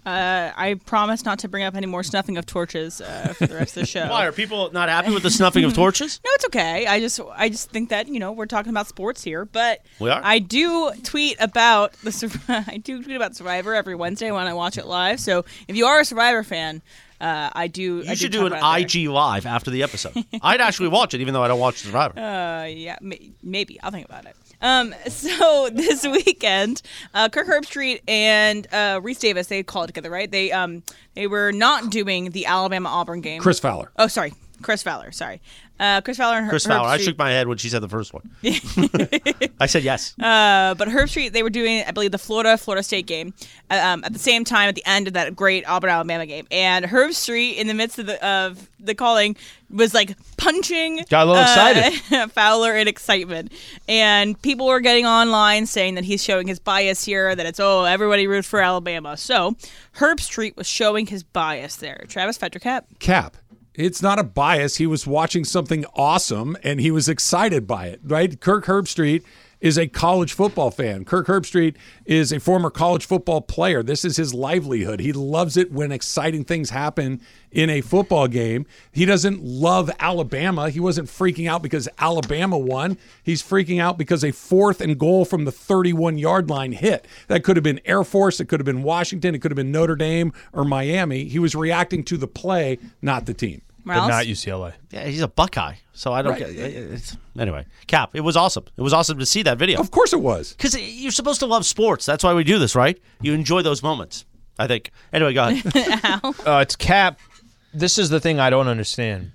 Uh, I promise not to bring up any more snuffing of torches uh, for the rest of the show. Why are people not happy with the snuffing of torches? No, it's okay. I just I just think that you know we're talking about sports here, but We are. I do tweet about the Sur- I do tweet about Survivor every Wednesday when I watch it live. So if you are a Survivor fan, uh, I do. I You should do, do talk an about it IG live after the episode. I'd actually watch it, even though I don't watch Survivor. there. Uh, yeah, may- maybe I'll think about it. Um, so this weekend, uh, Kirk Herbstreit and uh, Reese Davis they called together, right? They um they were not doing the Alabama Auburn game. Chris Fowler. Oh, sorry, Chris Fowler. Sorry, uh, Chris Fowler and Her- Chris Herb Fowler. I Street- shook my head when she said the first one. I said yes. Uh, but Herb Street, they were doing, I believe, the Florida Florida State game uh, um, at the same time at the end of that great Auburn Alabama game. And Herb Street, in the midst of the, of the calling, was like punching. Got a little excited. Fowler in excitement, and people were getting online saying that he's showing his bias here. That it's oh everybody roots for Alabama. So Herb Street was showing his bias there. Travis Fettercap. Cap. It's not a bias. He was watching something awesome and he was excited by it, right? Kirk Herbstreit is a college football fan. Kirk Herbstreit is a former college football player. This is his livelihood. He loves it when exciting things happen in a football game. He doesn't love Alabama. He wasn't freaking out because Alabama won. He's freaking out because a fourth and goal from the 31 yard line hit. That could have been Air Force, it could have been Washington, it could have been Notre Dame or Miami. He was reacting to the play, not the team. Morales? not UCLA. Yeah, he's a Buckeye, so I don't Right. get it's, Anyway, Cap, it was awesome. It was awesome to see that video. Of course it was. Because you're supposed to love sports. That's why we do this, right? You enjoy those moments, I think. Anyway, go ahead. Uh, it's Cap. This is the thing I don't understand.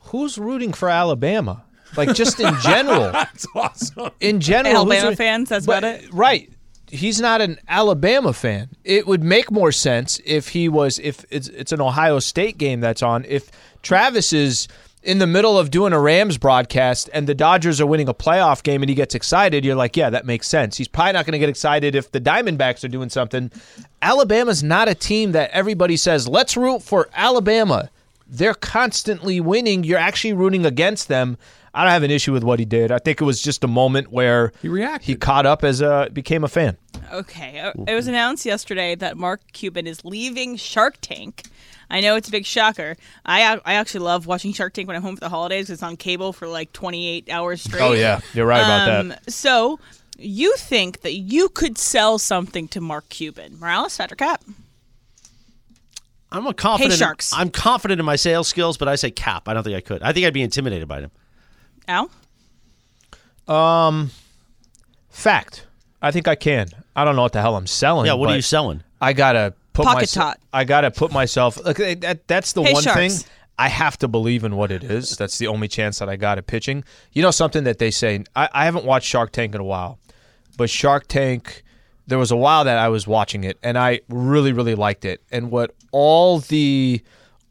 Who's rooting for Alabama? Like just in general. That's awesome. in general, who's Alabama rooting- fans, that's but- about it. Right. He's not an Alabama fan. It would make more sense if he was if it's it's an Ohio State game that's on. If Travis is in the middle of doing a Rams broadcast and the Dodgers are winning a playoff game and he gets excited, you're like, yeah, that makes sense. He's probably not going to get excited if the Diamondbacks are doing something. Alabama's not a team that everybody says, "Let's root for Alabama." they're constantly winning. You're actually rooting against them. I don't have an issue with what he did. I think it was just a moment where he reacted. He caught up as a became a fan. Okay. uh, It was announced yesterday that Mark Cuban is leaving Shark Tank. I know it's a big shocker. I ac- I actually love watching Shark Tank when I'm home for the holidays. 'cause It's on cable for like 28 hours straight. you're right about Um, that. So you think that you could sell something to Mark Cuban, Morales, Factor Cap? I'm a confident. Sharks. I'm confident in my sales skills, but I say Cap. I don't think I could. I think I'd be intimidated by him. Al? Um, fact. I think I can. I don't know what the hell I'm selling. Yeah, what are but you selling? I gotta put Pocket myse- tot. I gotta put myself. Look, eh, that, that's the Hey, one Sharks. thing I have to believe in what it is. That's the only chance that I got at pitching. You know something that they say. I, I haven't watched Shark Tank in a while, but Shark Tank. There was a while that I was watching it, and I really, really liked it. And what all the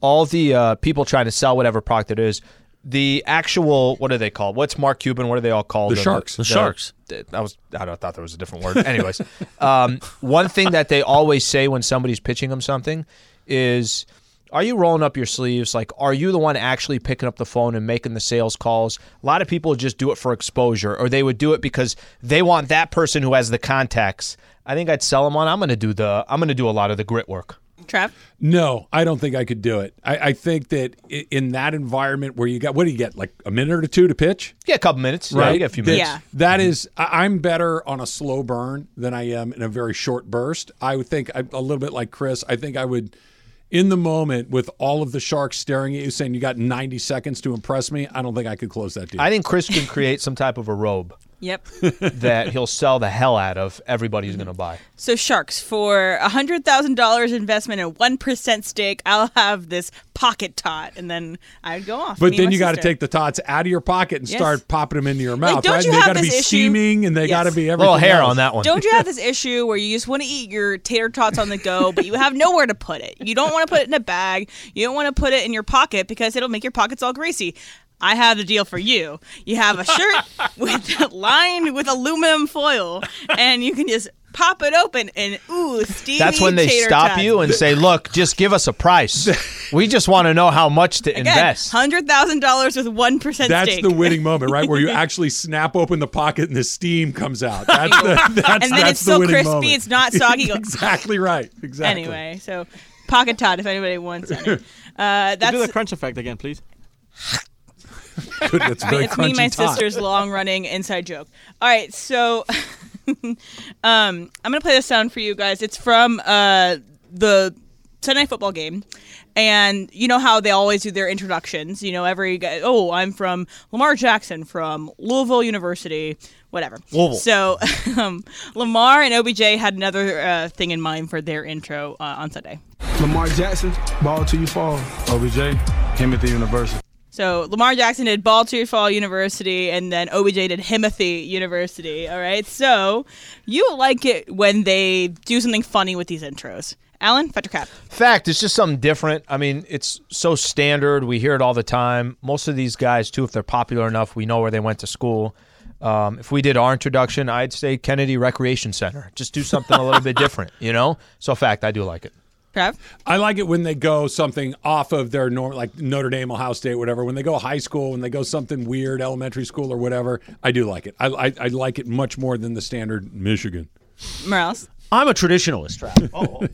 all the uh, people trying to sell whatever product it is, the actual what are they called? What's Mark Cuban? What are they all called? The Sharks. The Sharks. th- I was I, don't, thought there was a different word. Anyways, um, one thing that they always say when somebody's pitching them something is, "Are you rolling up your sleeves? Like, are you the one actually picking up the phone and making the sales calls?" A lot of people just do it for exposure, or they would do it because they want that person who has the contacts. I think I'd sell them on. I'm going to do the. I'm going to do a lot of the grit work. Trav? No, I don't think I could do it. I, I think that i- in that environment where you got, what do you get, like a minute or two to pitch? Yeah, a couple minutes. Yeah, you got a few minutes. That's- that is, I, am better on a slow burn than I am in a very short burst. I would think I, a little bit like Chris. I think I would, in the moment, with all of the sharks staring at you, saying you got 90 seconds to impress me. I don't think I could close that deal. I think Chris can create some type of a robe Yep. that he'll sell the hell out of. Everybody's going to buy. So sharks for a hundred thousand dollars investment and one percent stake, I'll have this pocket tot, and then I'd go off. But me and then my you got to sister. take the tots out of your pocket and Yes. start popping them into your mouth. don't right? you they have gotta be this issue- steaming and they Yes. got to be everything. Little hair else. on that one. Don't you have this issue where you just want to eat your tater tots on the go, but you have nowhere to put it? You don't want to put it in a bag. You don't want to put it in your pocket because it'll make your pockets all greasy. I have the deal for you. You have a shirt with lined with aluminum foil, and you can just pop it open and ooh, steamy That's when they tater stop tots. you and say, "Look, just give us a price. We just want to know how much to Again, invest." hundred thousand dollars with one percent. That's stake. the winning moment, right? Where you actually snap open the pocket and the steam comes out. That's the that's, and then that's it's the so winning crispy, moment. it's not soggy. exactly right. Exactly. Anyway, so pocket tot if anybody wants any. Uh, that's Do the crunch effect again, please. Good, that's All right, it's me and my sister's long running inside joke. All right, so um, I'm gonna play this sound for you guys. It's from uh, the Sunday night football game, and you know how they always do their introductions. You know, every guy. Oh, I'm from Lamar Jackson from Louisville University, whatever. Louisville. So um, Lamar and OBJ had another uh, thing in mind for their intro uh, on Sunday. Lamar Jackson, ball till you fall. OBJ, him at the university. So Lamar Jackson did Ball to Fall University, and then OBJ did Himothy University. All right, so you will like it when they do something funny with these intros. Alan, fetch your cap. fact, it's just something different. I mean, it's so standard. We hear it all the time. Most of these guys, too, if they're popular enough, we know where they went to school. Um, if we did our introduction, I'd say Kennedy Recreation Center. Just do something a little bit different, you know? So, fact, I do like it. Trav? I like it when they go something off of their norm, like Notre Dame, Ohio State, whatever. When they go high school, when they go something weird, elementary school or whatever, I do like it. I, I, I like it much more than the standard Michigan. Morales. I'm a traditionalist, Trav. Oh.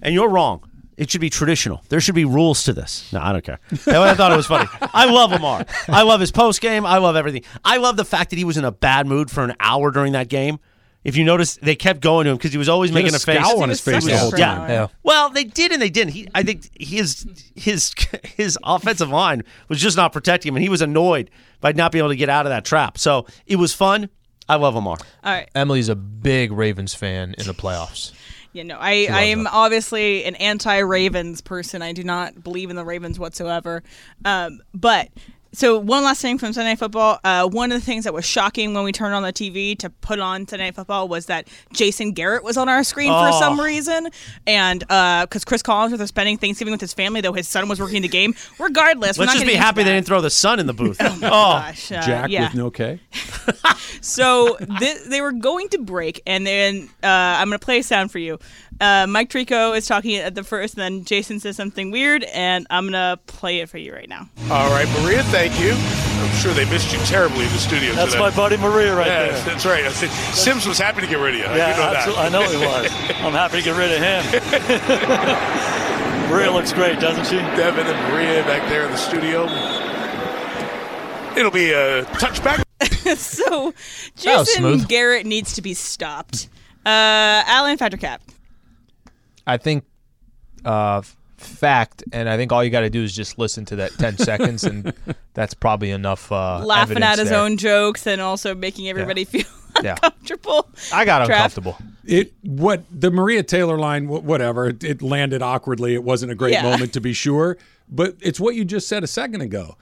and you're wrong. It should be traditional. There should be rules to this. No, I don't care. That way I thought it was funny. I love Lamar. I love his post game. I love everything. I love the fact that he was in a bad mood for an hour during that game. If you notice, they kept going to him because he was always He had making a a, face. scowl on his face the whole Yeah. time. Yeah. Well, they did and they didn't. He, I think his his his offensive line was just not protecting him, and he was annoyed by not being able to get out of that trap. So it was fun. I love Lamar. All right. Emily's a big Ravens fan in the playoffs. Yeah, no, I, I am obviously an anti Ravens person. I do not believe in the Ravens whatsoever. Um, but so one last thing from Sunday Night Football. Uh, one of the things that was shocking when we turned on the TV to put on Sunday Night Football was that Jason Garrett was on our screen for Oh. some reason, and because Chris Collins was spending Thanksgiving with his family, though his son was working the game. Regardless, we're Let's not just gonna be get happy they didn't throw the sun in the booth. oh, gosh, uh, Jack yeah. with no K. So thi- they were going to break, and then uh, I'm going to play a sound for you. Uh, Mike Trico is talking at the first, and then Jason says something weird, and I'm going to play it for you right now. All right, Maria, thank you. I'm sure they missed you terribly in the studio. That's today. my buddy Maria right yeah, there. That's right. I said- Sims was happy to get rid of you. yeah, you know absolutely. that. I know he was. I'm happy to get rid of him. Maria looks great, doesn't she? Devin and Maria back there in the studio. It'll be a touchback. so That was Jason smooth. Garrett needs to be stopped. Uh, Alan Factor Cap. I think uh, f- fact, and I think all you got to do is just listen to that 10 seconds, and that's probably enough. Uh, laughing at evidence his there. own jokes and also making everybody feel Yeah. uncomfortable. I got Trav? uncomfortable. It what the Maria Taylor line, wh- whatever. It, it landed awkwardly. It wasn't a great Yeah. moment to be sure, but it's what you just said a second ago.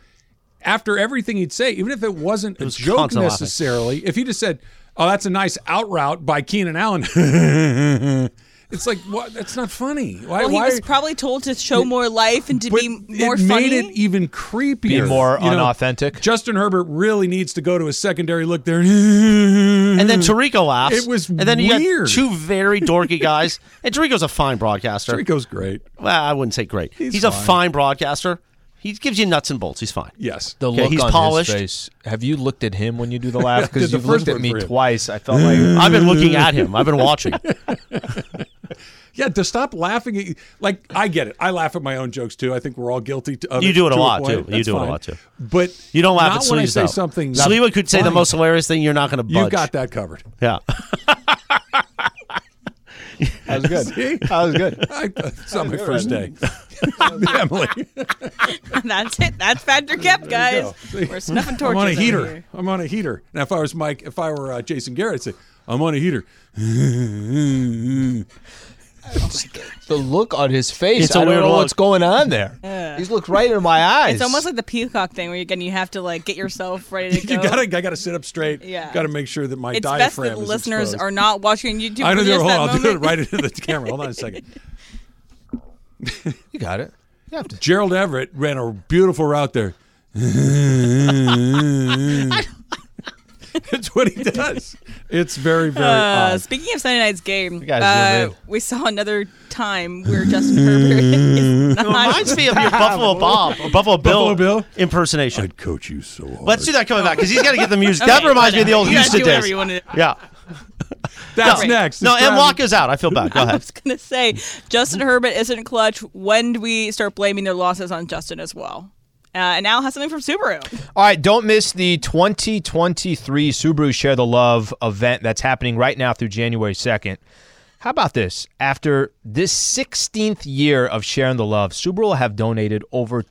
After everything he'd say, even if it wasn't a joke constant laughing. necessarily, if he just said, "Oh, that's a nice out route by Keenan Allen," it's like what? That's not funny. Why? well, he why was probably told to show more life and to be more it funny. made it even creepier. Be more You know, unauthentic. Justin Herbert really needs to go to a secondary look there. And then Tarico laughs. It was and then you weird. got two very dorky guys. and Tarico's a fine broadcaster. Tirico's great. Well, I wouldn't say great. He's, He's a fine. fine broadcaster. He gives you nuts and bolts. He's fine. Yes, The Okay, look he's on polished. his face. Have you looked at him when you do the I laugh? did Because the you've first looked at one me for him. twice. I felt like I've been looking at him. I've been watching. Yeah, to stop laughing at you. Like, I get it. I laugh at my own jokes too. I think we're all guilty t- of You do it a to lot, point. too. You That's do it a fine. lot, too. But You don't laugh not at when I Sliwa say though. something. not Sliwa could say the funny. most hilarious thing. You're not going to budge. You got that covered. Yeah. That was good. See? That was good. I, uh, it's not my Good first day. one. Emily. That's it. That's Patrick Kemp, guys. There you go. We're snuffing torches. I'm on a over heater. here. I'm on a heater. Now, if I was Mike, if I were uh, Jason Garrett, I'd say, I'm on a heater. the look on his face. It's a I don't weird know look. what's going on there. Yeah. He's looked right into my eyes. It's almost like the peacock thing where you can you have to like get yourself ready to go. you gotta, I gotta sit up straight. Yeah. Gotta make sure that my it's best diaphragm that is listeners exposed. are not watching YouTube. I know for they're just hold that on. I'll do it moment. right into the camera. Hold on a second. you got it. You have to. Gerald Everett ran a beautiful route there. That's what he does. It's very, very Uh, odd. speaking of Sunday night's game, gotta uh, zoom we saw another time where Justin Herbert is not reminds me of your Buffalo Bob, or Buffalo Bill, impersonation. I'd coach you so hard. Let's do that coming back because he's got to get the music. Okay, that reminds me of the old whatever. You Houston guys do whatever days. you wanna do. Yeah. That's no, next. No, It's and Travis. Walker's out. I feel bad. Go I ahead. was gonna say Justin Herbert isn't clutch. When do we start blaming their losses on Justin as well? Uh, and now has something from Subaru. All right, don't miss the 2023 Subaru Share the Love event that's happening right now through January 2nd. How about this? After this 16th year of sharing the love, Subaru will have donated over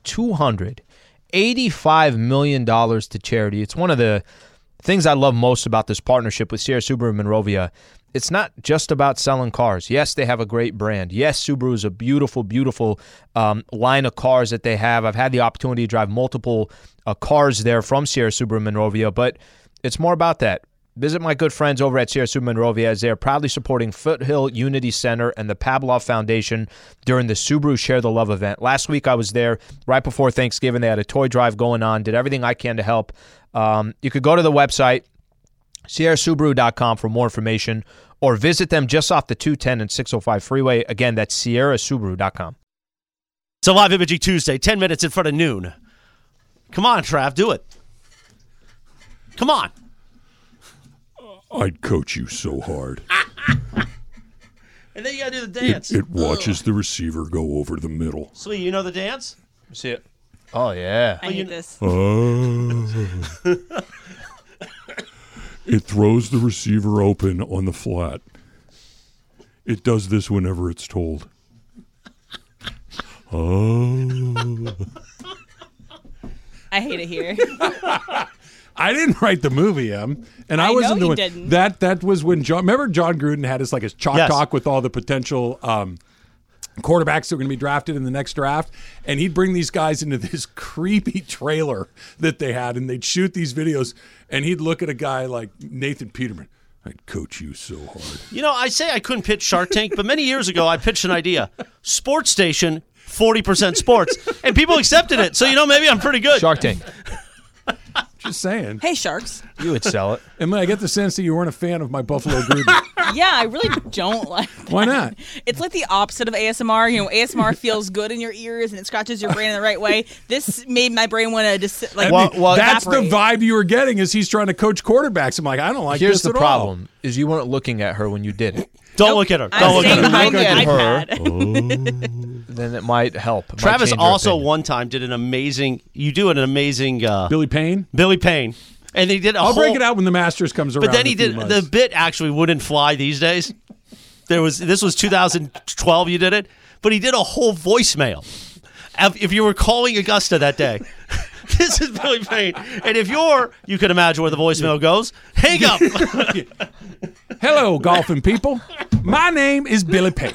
$285 million to charity. It's one of the things I love most about this partnership with Sierra Subaru Monrovia, it's not just about selling cars. Yes, they have a great brand. Yes, Subaru is a beautiful, beautiful um, line of cars that they have. I've had the opportunity to drive multiple uh, cars there from Sierra Subaru Monrovia, but it's more about that. Visit my good friends over at Sierra Subaru Monrovia as they are proudly supporting Foothill Unity Center and the Pavlov Foundation during the Subaru Share the Love event. Last week I was there right before Thanksgiving. They had a toy drive going on, did everything I can to help. Um, you could go to the website, sierrasubaru.com for more information or visit them just off the 210 and 605 freeway. Again, that's sierrasubaru.com. It's a live imaging Tuesday, 10 minutes in front of noon. Come on, Trav, do it. Come on. I'd coach you so hard. And then you got to do the It, dance. it watches the receiver go over the middle. Slee, you know the dance? See it. Oh, yeah. I hate this. Oh. it throws the receiver open on the flat. It does this whenever it's told. Oh. I hate it here. I didn't write the movie, Em, and I, I wasn't know you the one- didn't. that. That was when John. Remember, John Gruden had his like his chalk Yes. talk with all the potential um, quarterbacks that were going to be drafted in the next draft, and he'd bring these guys into this creepy trailer that they had, and they'd shoot these videos, and he'd look at a guy like Nathan Peterman. I'd coach you so hard. You know, I say I couldn't pitch Shark Tank, but many years ago I pitched an idea. Sports station, 40% sports. And people accepted it. So, you know, maybe I'm pretty good. Shark Tank. Just saying. Hey, sharks. You would sell it. And I get the sense that you weren't a fan of my Buffalo Gruden. yeah, I really don't like. That. Why not? It's like the opposite of ASMR. You know, ASMR feels good in your ears and it scratches your brain in the right way. This made my brain want to just like. I mean, that's the evaporate. vibe you were getting is he's trying to coach quarterbacks. I'm like, I don't like Here's this the at all. problem is you weren't looking at her when you did it. Don't look at her. Don't look at her. behind Look the at her. iPad. then it might help. It might Travis change your also opinion. one time did an amazing. You do an amazing. Uh, Billy Payne. Billy Payne, and he did. i I'll break it out when the Masters comes around. But then in a he few did months. the bit. Actually, wouldn't fly these days. There was this was 2012. You did it, but he did a whole voicemail. If if you were calling Augusta that day. This is Billy Payne. And if you're, you can imagine where the voicemail goes. Hang up. Hello, golfing people. My name is Billy Payne.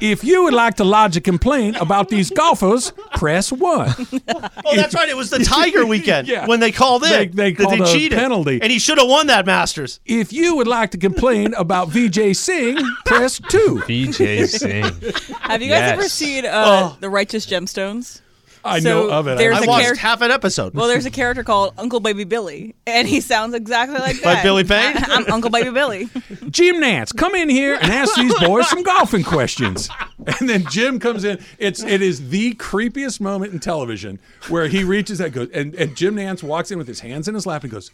If you would like to lodge a complaint about these golfers, press one. Oh, that's right. It was the Tiger weekend when they called in. They, they that called they a cheated. penalty, And he should have won that Masters. If you would like to complain about VJ Singh, press two. VJ Singh. Have you guys ever Yes. seen uh, the Righteous Gemstones? Oh. I So know of it. There's I a watched character- half an episode. Well, there's a character called Uncle Baby Billy, and he sounds exactly like that. Like Billy Payne? I, am Uncle Baby Billy. Jim Nance, come in here and ask these boys some golfing questions. And then Jim comes in. It's it is the creepiest moment in television where he reaches that goes and, and Jim Nance walks in with his hands in his lap and goes,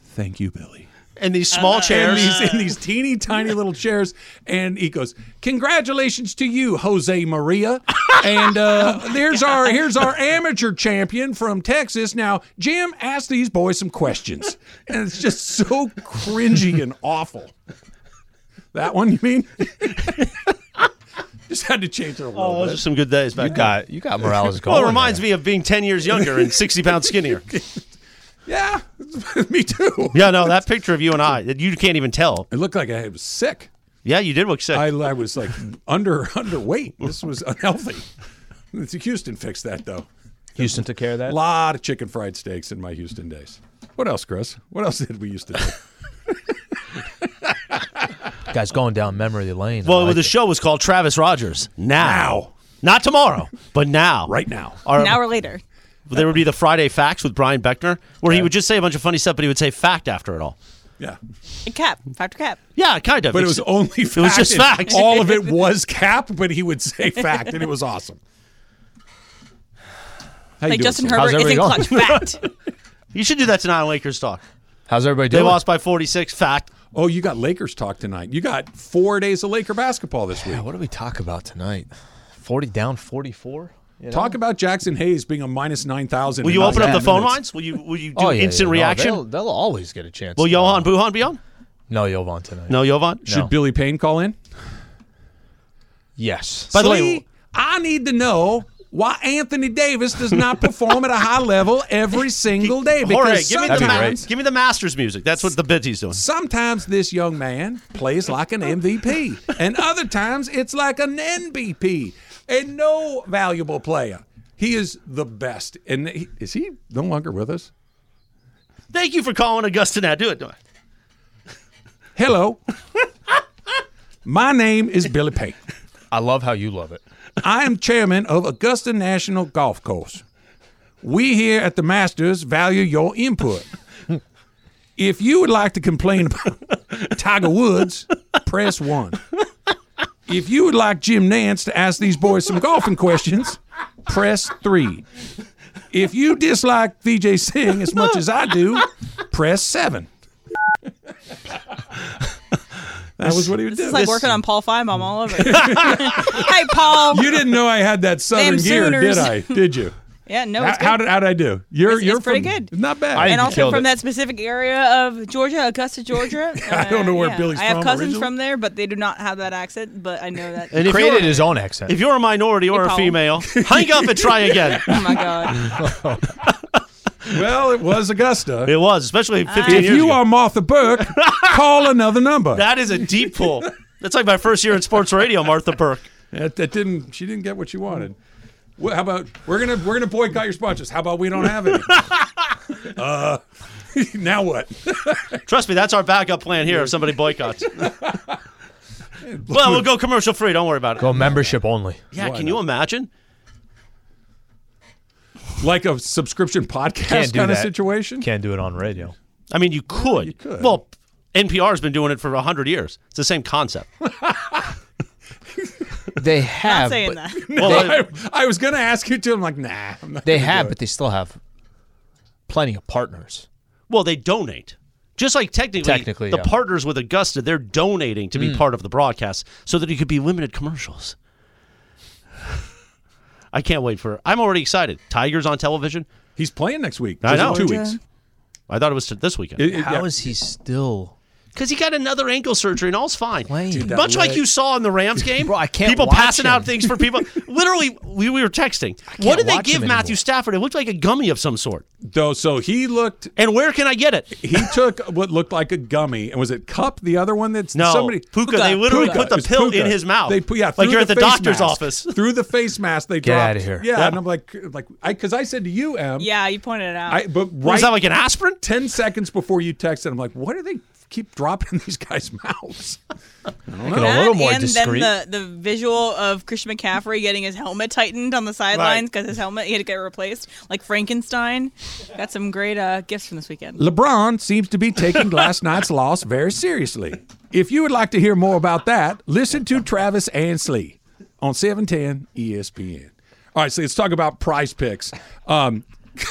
Thank you, Billy. in these small chairs. in these, in these teeny tiny little chairs. And he goes, "Congratulations to you, Jose Maria." And uh, there's our here's our amateur champion from Texas. Now, Jim, ask these boys some questions, and it's just so cringy and awful. That one, you mean? just had to change it a little Oh, bit. those are some good days back You then. got- you got Morales Well, going it reminds me of being 10 years younger and 60 pounds skinnier. yeah, me too. Yeah, no, that picture of you and I, you can't even tell. It looked like I was sick. Yeah, you did look sick. I, I was like under underweight. This was unhealthy. Houston fixed that though. Houston took care of that. A lot of chicken fried steaks in my Houston days. What else, Chris? What else did we used to do? Guys going down memory lane. Well, the show was called Travis Rogers. Now. Not tomorrow, but now. Right now. An hour later. There would be the Friday Facts with Brian Beckner, where he would just say a bunch of funny stuff, but he would say fact after it all. yeah. And cap. Factor cap. Yeah, kind of. But it was It's- only fact. It was just and facts. All of it was cap, but he would say fact, and it was awesome. How like you doing, Justin son? Herbert isn't clutch. Fact. You should do that tonight on Lakers Talk. How's everybody They lost by 46. Fact. Oh, you got Lakers talk tonight. You got four days of Laker basketball this week. what do we talk about tonight? Forty down, forty-four. you Talk know? about Jackson Hayes being a minus nine thousand. Will you open up the phone lines? Will you will you do Oh, yeah, instant yeah, no, reaction? they'll, they'll always get a chance. will Johan Buhan be on? No Yovan tonight. No Jovan? Should Billy Payne call in? Yes. By the way, I need to know why Anthony Davis does not perform at a high level every single day. Jorge, Because give me, the ma- sometimes, give me the Masters music. That's what the Bitsy's doing. sometimes this young man plays like an MVP, and other times it's like an NBP and no valuable player. He is the best. And he, is he no longer with us? Thank you for calling Augusta now. Do it. Do it. Hello. My name is Billy Payne. I love how you love it. I am chairman of Augusta National Golf Course. We here at the Masters value your input. If you would like to complain about Tiger Woods, press one. If you would like Jim Nance to ask these boys some golfing questions, press three. If you dislike VJ Singh as much as I do, press seven. That was what he would This do. is like working on Paul Feinbaum all over. hey, Paul. You didn't know I had that southern Them gear, Sooners. did I? Did you? Yeah, no, how, it's good. how did how did I do? You're It's- you're it's pretty from- good. Not bad. and also from that specific area of Georgia, Augusta, Georgia. I don't know where Billy's I have from cousins originally. from there, but they do not have that accent. But I know that. And if created you're- his own accent. If you're a minority or a Paul. female, hang up and try again. oh my god! well, it was Augusta. It was, especially Uh, 15 If years you ago. are Martha Burke, call another number. That is a deep pull. That's like my first year in sports radio, Martha Burke. That, that didn't. She didn't get what she wanted. Well, how about we're gonna we're gonna boycott your sponsors? How about we don't have any? uh, now what? Trust me, that's our backup plan here if somebody boycotts. well, we'll go commercial free. Don't worry about it. Go membership only. Yeah, Why can you imagine? Like a subscription podcast Can't do kind of that. situation? Can't do it on radio. I mean, you could. you could. Well, NPR's been doing it for 100 years. It's the same concept. They have. saying but- that. No, Well, I, I was gonna ask you to. I'm like, nah. I'm not They gonna have, do it. but they still have plenty of partners. Well, they donate. Just like technically, Technically, the yeah. Mm. partners with Augusta, they're donating to be part of the broadcast so that it could be limited commercials. I can't wait for I'm already excited. Tigers on television. He's playing next week. I Just know. Two weeks. I thought it was this weekend. It- it- How is yeah. he still? Because he got another ankle surgery and all's fine. Lame. Dude, that Much like leg- you saw in the Rams game, Bro, I can't people watch passing him. out things for people. Literally, we, we were texting. What did they watch give him Matthew anymore. Stafford? It looked like a gummy of some sort. Though, so he looked And where can I get it? He took what looked like a gummy, and was it cup? The other one that's No, somebody Puka, they literally put the It's pill in his mouth. They put yeah, Like through you're at the face doctor's mask. office. through the face mask. They Get dropped, outta here. Yeah, Yeah. and I'm like, like I because I said to you, Em, Yeah, you pointed it out. I but Was right that like an aspirin? ten seconds before you texted, I'm like, what do they keep dropping in these guys' mouths? Make it a little That more and discreet. then the, the visual of Christian McCaffrey getting his helmet tightened on the sidelines because his helmet he had to get replaced, like Frankenstein. Got some great uh, gifts from this weekend. LeBron seems to be taking last night's loss very seriously. If you would like to hear more about that, listen to Travis Ansley on E 710 ESPN. All right, so let's talk about prize picks. Um,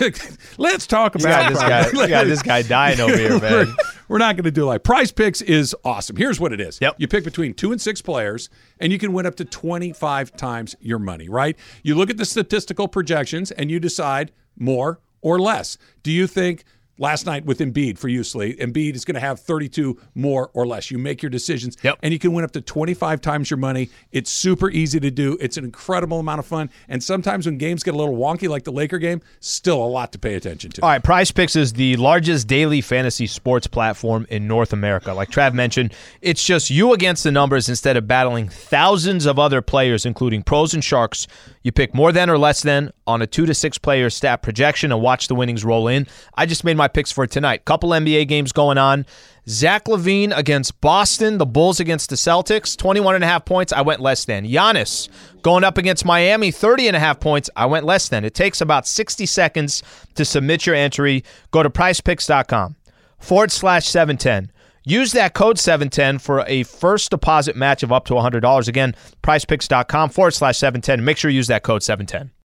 let's talk about got this guy. You got this guy dying over here, man. We're not going to do like prize picks is awesome. Here's what it is. Yep. You pick between two and six players, and you can win up to 25 times your money, right? You look at the statistical projections and you decide more or less. Do you think last night with Embiid for you, Slee, Embiid is going to have 32 more or less. You make your decisions, and you can win up to 25 times your money. It's super easy to do. It's an incredible amount of fun. And sometimes when games get a little wonky, like the Laker game, still a lot to pay attention to. All right, Prize Picks is the largest daily fantasy sports platform in North America. Like Trav mentioned, it's just you against the numbers instead of battling thousands of other players, including pros and sharks. You pick more than or less than on a two to six player stat projection and watch the winnings roll in. I just made my picks for tonight. Couple NBA games going on. Zach Levine against Boston, the Bulls against the Celtics, 21 and a half points. I went less than. Giannis going up against Miami, 30 and a half points. I went less than. It takes about 60 seconds to submit your entry. Go to pricepicks.com forward slash 710. Use that code 710 for a first deposit match of up to $100. Again, pricepicks.com forward slash 710. Make sure you use that code 710.